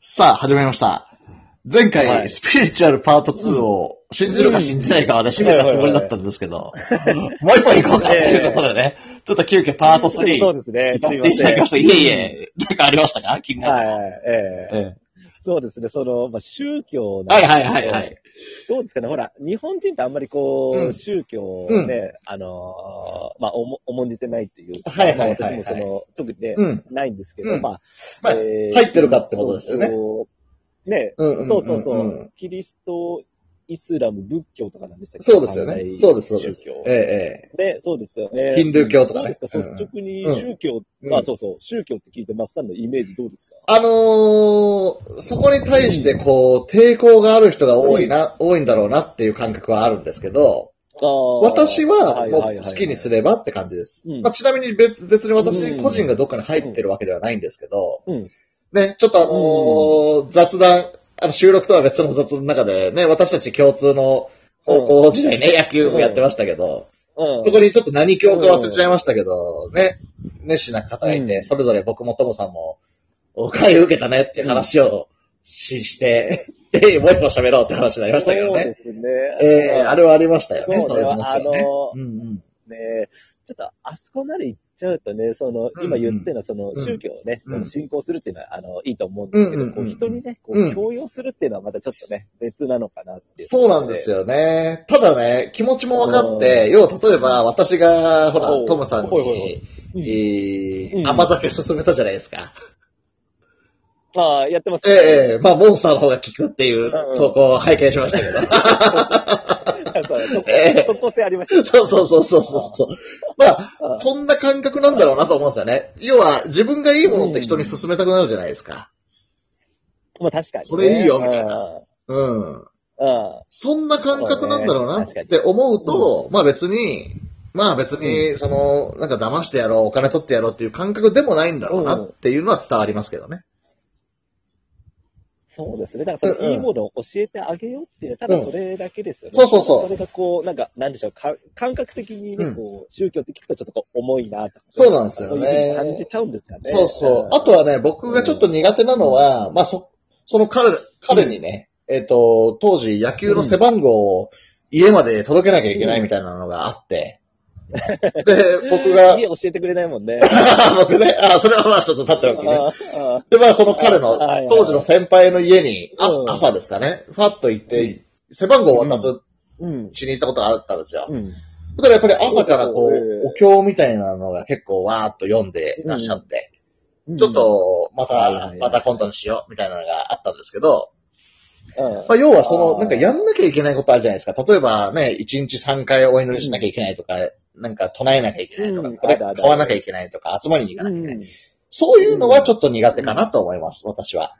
さあ、始めました。前回、はいスピリチュアルパート2を信じるか信じないかはね、締めたつもりだったんですけど、もう一本行こうかということでね、ちょっと急遽パートそう3ですね。行かせていただきました。すいまえせんい。え、なんかありましたか気になはる。い、えええそうですね。その、まあ、宗教えの、はいはいはいはい。どうですかね。ほら、日本人ってあんまりこう、うん宗教をうんね、あのーまあ、おも、重んじてないっていうか。はいはいはいまあ私もその、特にね、うん。ないんですけど、うんまあ、まあええ入ってるかってことですよねそうそうね、うんそうそうそう、キリスト、イスラム、仏教とかなんでしたっけ三大宗教えね、そうですよね。ヒンドゥー教とかねどうですか、率直にうん宗教、うんまあそうそう、宗教って聞いて、マッサンのイメージどうですかあのー、そこに対してこう、抵抗がある人が多いな、多いんだろうなっていう感覚はあるんですけど、私はもう好きにすれ。ればって感じですうん。まあちなみに別別に私うん個人がどっかに入ってるわけではないんですけどうん、ね、ちょっとあのー雑談、あの収録とは別の雑談の中でね、私たち共通の高校時代ね、野球もやってましたけど、うんそこにちょっと何教か忘れちゃいましたけど、ね、熱心な方がいて、それぞれ僕もともさんも、お会を受けたねっていう話をしして、で、もう一本喋ろうって話になりましたけどそうね。ですね。ええあれはありましたよね、そそうういね、うあの話はね。ー、うんうん。ね、ちょっとあそこまで行っちゃうとね、その、うん今言ってるのは、その、うん宗教をね、うんこの信仰するっていうのは、あの、いいと思うんですけうんうど、んこう人にね、こう、うん強要するっていうのはまたちょっとね、別なのかなっていう。そうなんですよ。よね。ただね、気持ちも分かって、要は例えば私が、ほらお、うトムさんほいほいほいに、えーうん甘酒勧めたじゃないですか。まあ、やってますえね。えまあ、モンスターの方が効くっていう投稿を拝見しましたけ ど。そうそこええそこ性ありましたね。そうそうそうそうそうそう。まうあ、んそんな感覚なんだろうなと思うんですよね。要は、自分がいいものって人に勧めたくなるじゃないですか。まあ確かにね、これいいよみたいなうん。うん。うん。そんな感覚なんだろうなっそうね確かにて思うと、まあ別に、まあ別に、その、なんか騙してやろう、お金取ってやろうっていう感覚でもないんだろうなっていうのは伝わりますけどね。そうですね。だからそうんうのんいいものを教えてあげようっていう、ただそれだけですよね。そうそうそうそれがこう、なんか、なんでしょう、か感覚的にうね、んこう、宗教って聞くとちょっとこう、重いなとか。そうなんですよねそういうふうに感じちゃうんですよね。そうそう。あとは、はね、僕がちょっと苦手なのは、まあそ、その彼、彼にね、えっ、と、当時野球の背番号を家まで届けなきゃいけないみたいなのがあって、で、僕が 家、教えてくれないもんね。僕ね、あ、それはまあちょっとさておきね。 ああで、まあ、その彼のはいはい、当時の先輩の家に、あうん朝ですかね、ファッと行って、背番号を渡す、うん。しに行ったことがあったんですよ。うん。だからやっぱり朝からこうんう、お経みたいなのが結構わーっと読んでいらっしゃって、ちょっ、と、まはいはいたは、いまた今度にしよう、みたいなのがあったんですけど、うん。まあ、要はその、あーなんかやんなきゃいけないことあるじゃないですか。例えばね、1日3回お祈りしなきゃいけないとか、なんか唱えなきゃいけないとか、うんこれあるあ買るわなきゃいけないとか、集まりに行かなきゃいけうない。んそういうのはちょっと苦手かなと思います、私は。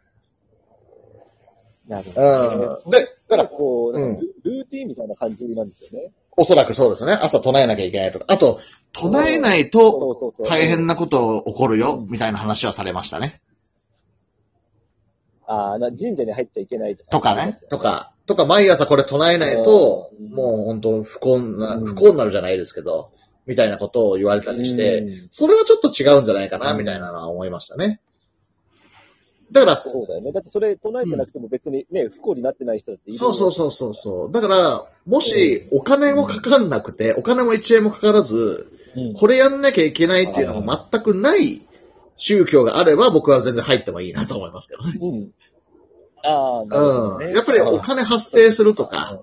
なるほどね。うん。で、だだかからら、こう、なんかうルーティンみたいな感じなんですよね。おそらくそうですね。朝唱えなきゃいけないとか。あと、唱えないそうとそうそう。大変なこと起こるうよん、みたいな話はされましたね。ああ、な神社に入っちゃいけないとか。とかね。とか、とか毎朝これ唱えないとう、んもう本当不幸な、うん不幸になるじゃないですけど、みたいなことを言われたりして、うんそれはちょっと違うんじゃないかな、うんみたいなのは思いましたね。だから、そうだよね。だってそれ唱えてなくても別にね、不幸になってない人だっているそうそうそうそうそう。だから、もしお金もかかんなくて、お金も1円もかからず、うん。これやんなきゃいけないっていうのが全くない宗教があれば僕は全然入ってもいいなと思いますけどね。うん。ああ、なるほどうねん。やっぱりお金発生するとか、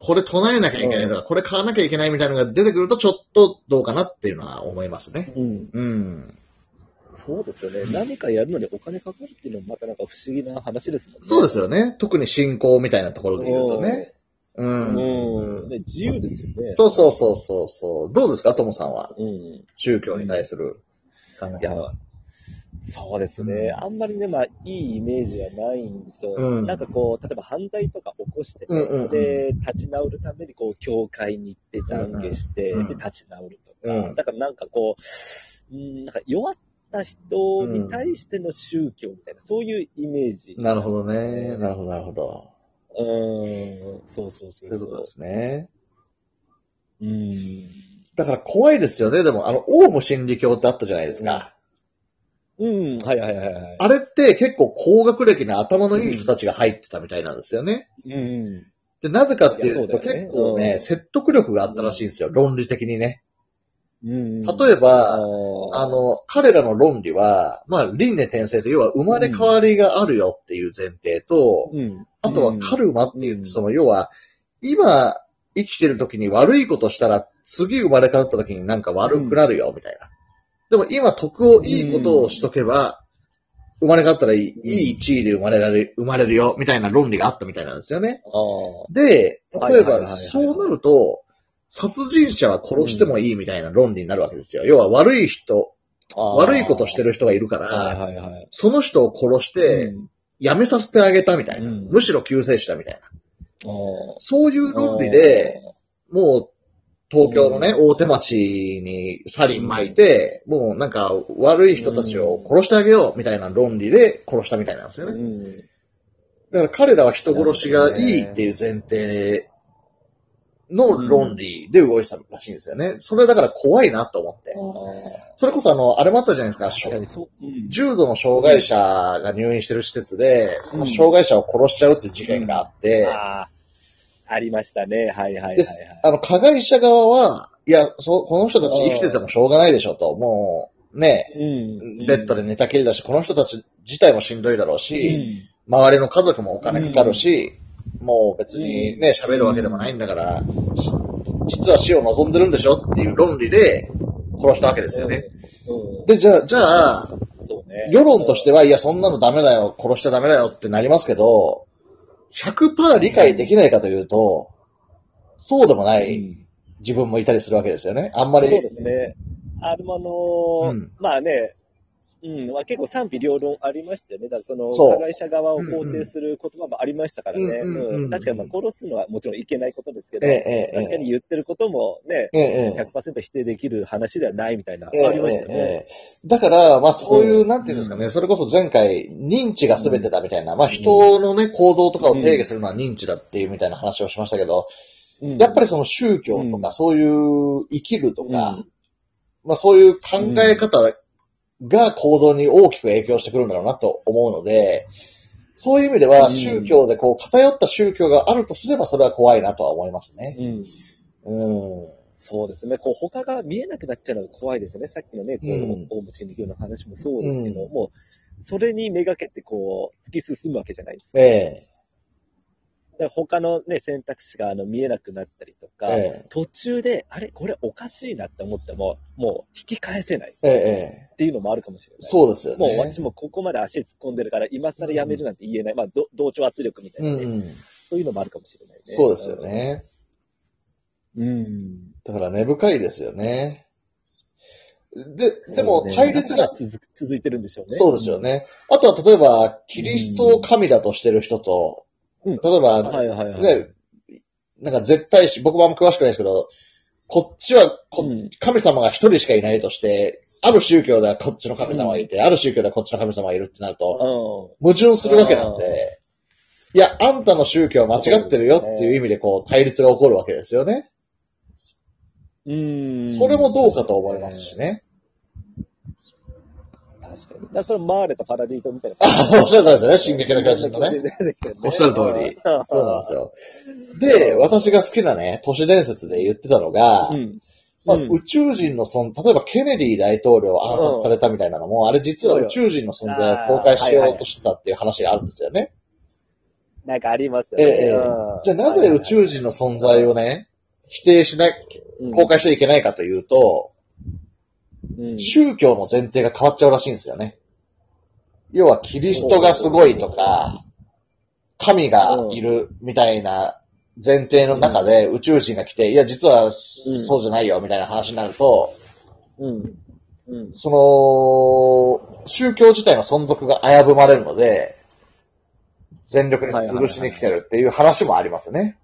これ唱えなきゃいけないとか、これ買わなきゃいけないみたいなのが出てくるとちょっとどうかなっていうのは思いますね。うん。うん。そうですよね。何かやるのにお金かかるっていうのもまたなんか不思議な話ですもんね。。そうですすよね。特に信仰みたいなところで言うとね。う。うんん。ね自由ですよね。そうそうそうそうそう。どうですか、ともさんは。う。ん。宗教に対する考いえやは。、そうですね。あんまりね、まあ、いいイメージはないんですよ。うんなんかこう、例えば犯罪とか起こしてて、うんうんうんで、立ち直るために、こう、教会に行って懺悔して、うんうんで、立ち直るとか、うんだからなんかこう、うん、なんか弱った人に対しての宗教みたいな、そういうイメージ。なるほどね。なるほど、なるほど。うん、そうそうそそうういうそことうで。すね。うん。だから怖いですよね。でも、あの、オウム真理教ってあったじゃないですか。うん、はいはいはいはい。あれって結構高学歴の頭のいい人たちが入ってたみたいなんですよね。うん。で、なぜかっていうといやそうだよね結構ね、うん説得力があったらしいんですよ、論理的にね。うん。例えば、ああの、の、彼らの論理は、まあ、輪廻転生と要は生まれ変わりがあるよっていう前提と、うん。あとはカルマっていうう、んその要は、今生きてる時に悪いことしたら、次生まれ変わった時になんか悪くなるよ、みたいな。でも今得をいいことをしとけば、生まれ変わったらいい、うんいい地位で生まれられ、生まれるよ、みたいな論理があったみたいなんですよね。あで、例えはいはいはいば、はいそうなると、殺人者は殺してもいいみたいな論理になるわけですよ。要は悪い人、あ。悪いことしてる。る人がいるかはいら、はいはい。その人を殺して、うんやめさせてあげたみたいな。うんむしろ救世主だみたいな。あそういうあ。論理で、、もう、東京のね、大手町にサリン巻いて、もうなんか悪い人たちを殺してあげようみたいな論理で殺したみたいなんですようね。ん。だから彼らは人殺しがいいっていう前提の論理で動いてたらしいんですよね。それだから怖いなと思って。あそれこそあの、あれもあったじゃないですかあ。。確かにそう。うん。重度の障害者が入院してる施設で、その障害者を殺しちゃうっていう事件があって、ああ。ありましたね。はいはいはいはでい。あの、加害者側は、いや、そう、この人たち生きててもしょうがないでしょと、もう、ね、うんベッドで。で寝たきりだし、この人たち自体もしんどいだろうし、周りの家族もお金かかるし、もう別にね、喋るわけでもないんだから、し実は死を望んでるんでしょっていう論理で殺したわけですよね。うん。で、じゃあ、じゃあ、そうね。世論としては、いや、そんなのダメだよ、殺しちゃダメだよってなりますけど、100%理解できないかというと、そうでもなういん自分もいたりするわけですよね。あんまり。そうですね。あれもあのーうんまあね、うん、まあ結構賛否両論ありましたよね。だからその、そう加害者側を肯定する言葉もありましたからね。うんうんうんうん確かにまあ殺すのはもちろんいけないことですけど、ええ、ええ、確かに言ってることもね、ええ、ええ。 100%否定できる話ではないみたいな、ええありましたよえね。えだから、まあそういう、うんなんていうんですかね、それこそ前回、認知が全てだみたいな、まあ人のね、行動とかを定義するのは認知だっていうみたいな話をしましたけど、うんやっぱりその宗教とうか、そういう生きるとうかん、まあそういう考え方が行動に大きく影響してくるんだろうなと思うので、そういう意味ではうん宗教でこう偏った宗教があるとすればそれは怖いなとは思いますね。うんうん。そうですね。こう、他が見えなくなっちゃうのが怖いですよね。さっきのね、こう、うんオウム真理教の話もそうですけど、うんもう、それにめがけて、こう、突き進むわけじゃないですか。ええ、だから他のね、選択肢があの見えなくなったりとえか、え、途中で、あれこれおかしいなって思っても、もう引き返せないええ、ええっていうのもあるかもしれない。そうですよね。もう私もここまで足突っ込んでるから、今更やめるなんて言えない。まあ、ど同調圧力みたいな、ねうん。そういうのもあるかもしれないね。そうですよ。ね。うん。だから根深いですよね。で、でもそうね対立がだから続く続いてるんでしょうね。そうですよ。ね。あとは例えば、キリストを神だとしてる人と、うん例えば、はいはいはい。ね、なんか絶対し、僕もあんま詳しくないですけど、こっちはこ、うん神様が一人しかいないとして、ある宗教ではこっちの神様がいて、ある宗教ではこっちの神様がいるってなると、う矛盾するわけなんで、いや、あんたの宗教は間違ってるよっていう意味でこう、対立が起こるわけですよね。ん。うん。それもどうかと思いますしね。確かに。だからそれマーレとパラディ島みたいな。あおっしゃる通りですね進撃の巨人とね進撃の巨人出てきてるねおっしゃる通り。そうなんですよ。で、うん私が好きなね、都市伝説で言ってたのが、うん。まあうん宇宙人の存、例えばケネディ大統領暗殺されたみたいなのも、あれ実は宇宙人の存在を公開しようとしてたっていう話があるんですよね。なんかありますよね。ええええうんじゃあなぜ宇宙人の存在をね、否定しない、公開しちゃいけないかというと、うん宗教の前提が変わっちゃうらしいんですよね。要はキリストがすごいとか、神がいるみたいな前提の中で宇宙人が来て、いや実はそうじゃないよみたいな話になると、うん。うん。その、宗教自体の存続が危ぶまれるので、全力で潰しに来てるっていう話もありますね。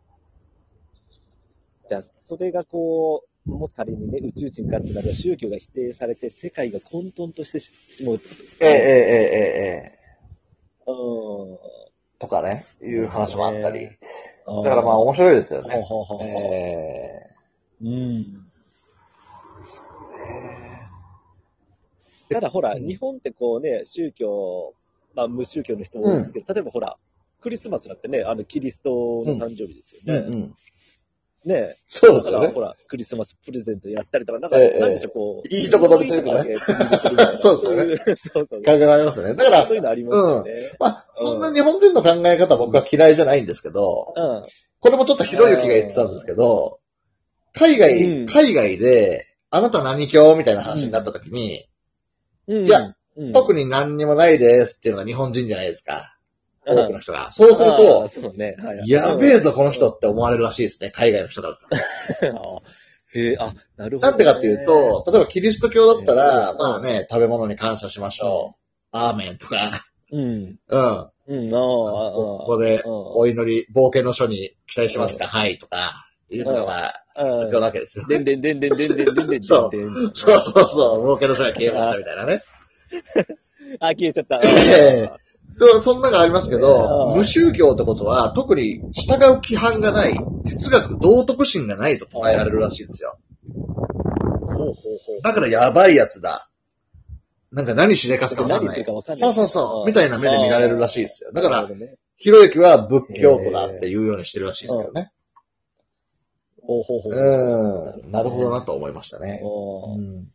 じゃあ、それがこう、もし仮にね、宇宙人かってなると宗教が否定されて、世界が混沌としてししまうってことですええええええ。えええうとかね、いう話もあったり。ん。だからまああ、面白いですよほうね。ほうほうほうええうん。ただほら、うん日本ってこうね、宗教、まあ無宗教の人も多いですけど、例えばほら、クリスマスだってね、あの、キリストの誕生日ですようんね。うん。ねそうだですかよらねほ。ら、クリスマスプレゼントやったりとか、なんか、ええなんでしょう、こう。いいとこ食べてるからねいいとこ食べてるみたい なそうそうねそういうそうそう。考えられますね。だからそう、いうのありますよね。まあ、そんな日本人の考え方僕は嫌いじゃないんですけど、うん。これもちょっとひろゆきが言ってたんですけど、海うん外、海外で、あなた何教みたいな話になった時に、うん、いや、特に、に何にもないですっていうのが日本人じゃないですか。う多んくの人が。そうするあーと、そうね。はいはいやべえぞ、この 人って思われるらしいですね、海外の人からさ。へえ、あ、なるほど、なんでかっていう、と、例えばキリスト教だったら、うんまあね、食べ物に感謝しましょう。アーメンとか、うん。うん。うん、ああ、ここで、お祈り、冒険の書に記載してますかはい、とか、いうのが、ああ、必要なわけですよ。でんでんでんでんでんでんでんでんでん。そうそうそうそう、冒険の書が消えましたみたいなね。あ、消えちゃった。ええそうそんなのがありますけうど、ん無宗教ってことは、特に従う規範がない、哲学、道徳心がないと捉えられるらしいですよ。ほうほうほう。だからやばいやつだ。なんか何しでかすかわかん何しなてるいかわか。んないそうそうそう、みたいな目で見られるらしいですよ。だからな、るほどねひろゆきは仏教徒だっていうようにしてるらしいですけどね。ほうほうほう。うん、なるほどなと思いましたね。おーうん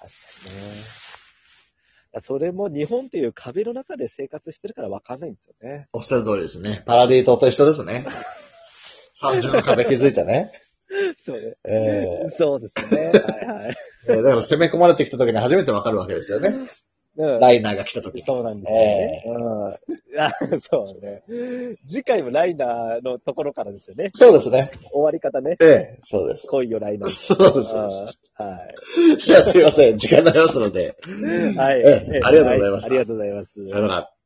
確かにね。それも日本という壁の中で生活してるからわかんないんですよね。おっしゃる通りですね。パラディ島と一緒です ね。30の壁気づいたね。そうね。ええそうですね。はいはい。ええだから攻め込まれてきた時に初めてわかるわけですよね。うんライナーが来た時に。そうなんですよね。うんあそうね。次回もライナーのところからですよね。そうですね。終わり方ね。ええそうです。来いよ、ライナー。そうです。あーはい。 じゃあすいません。時間になりましたので。はい。ええありがとうございましたはありがとうございます。さよなら。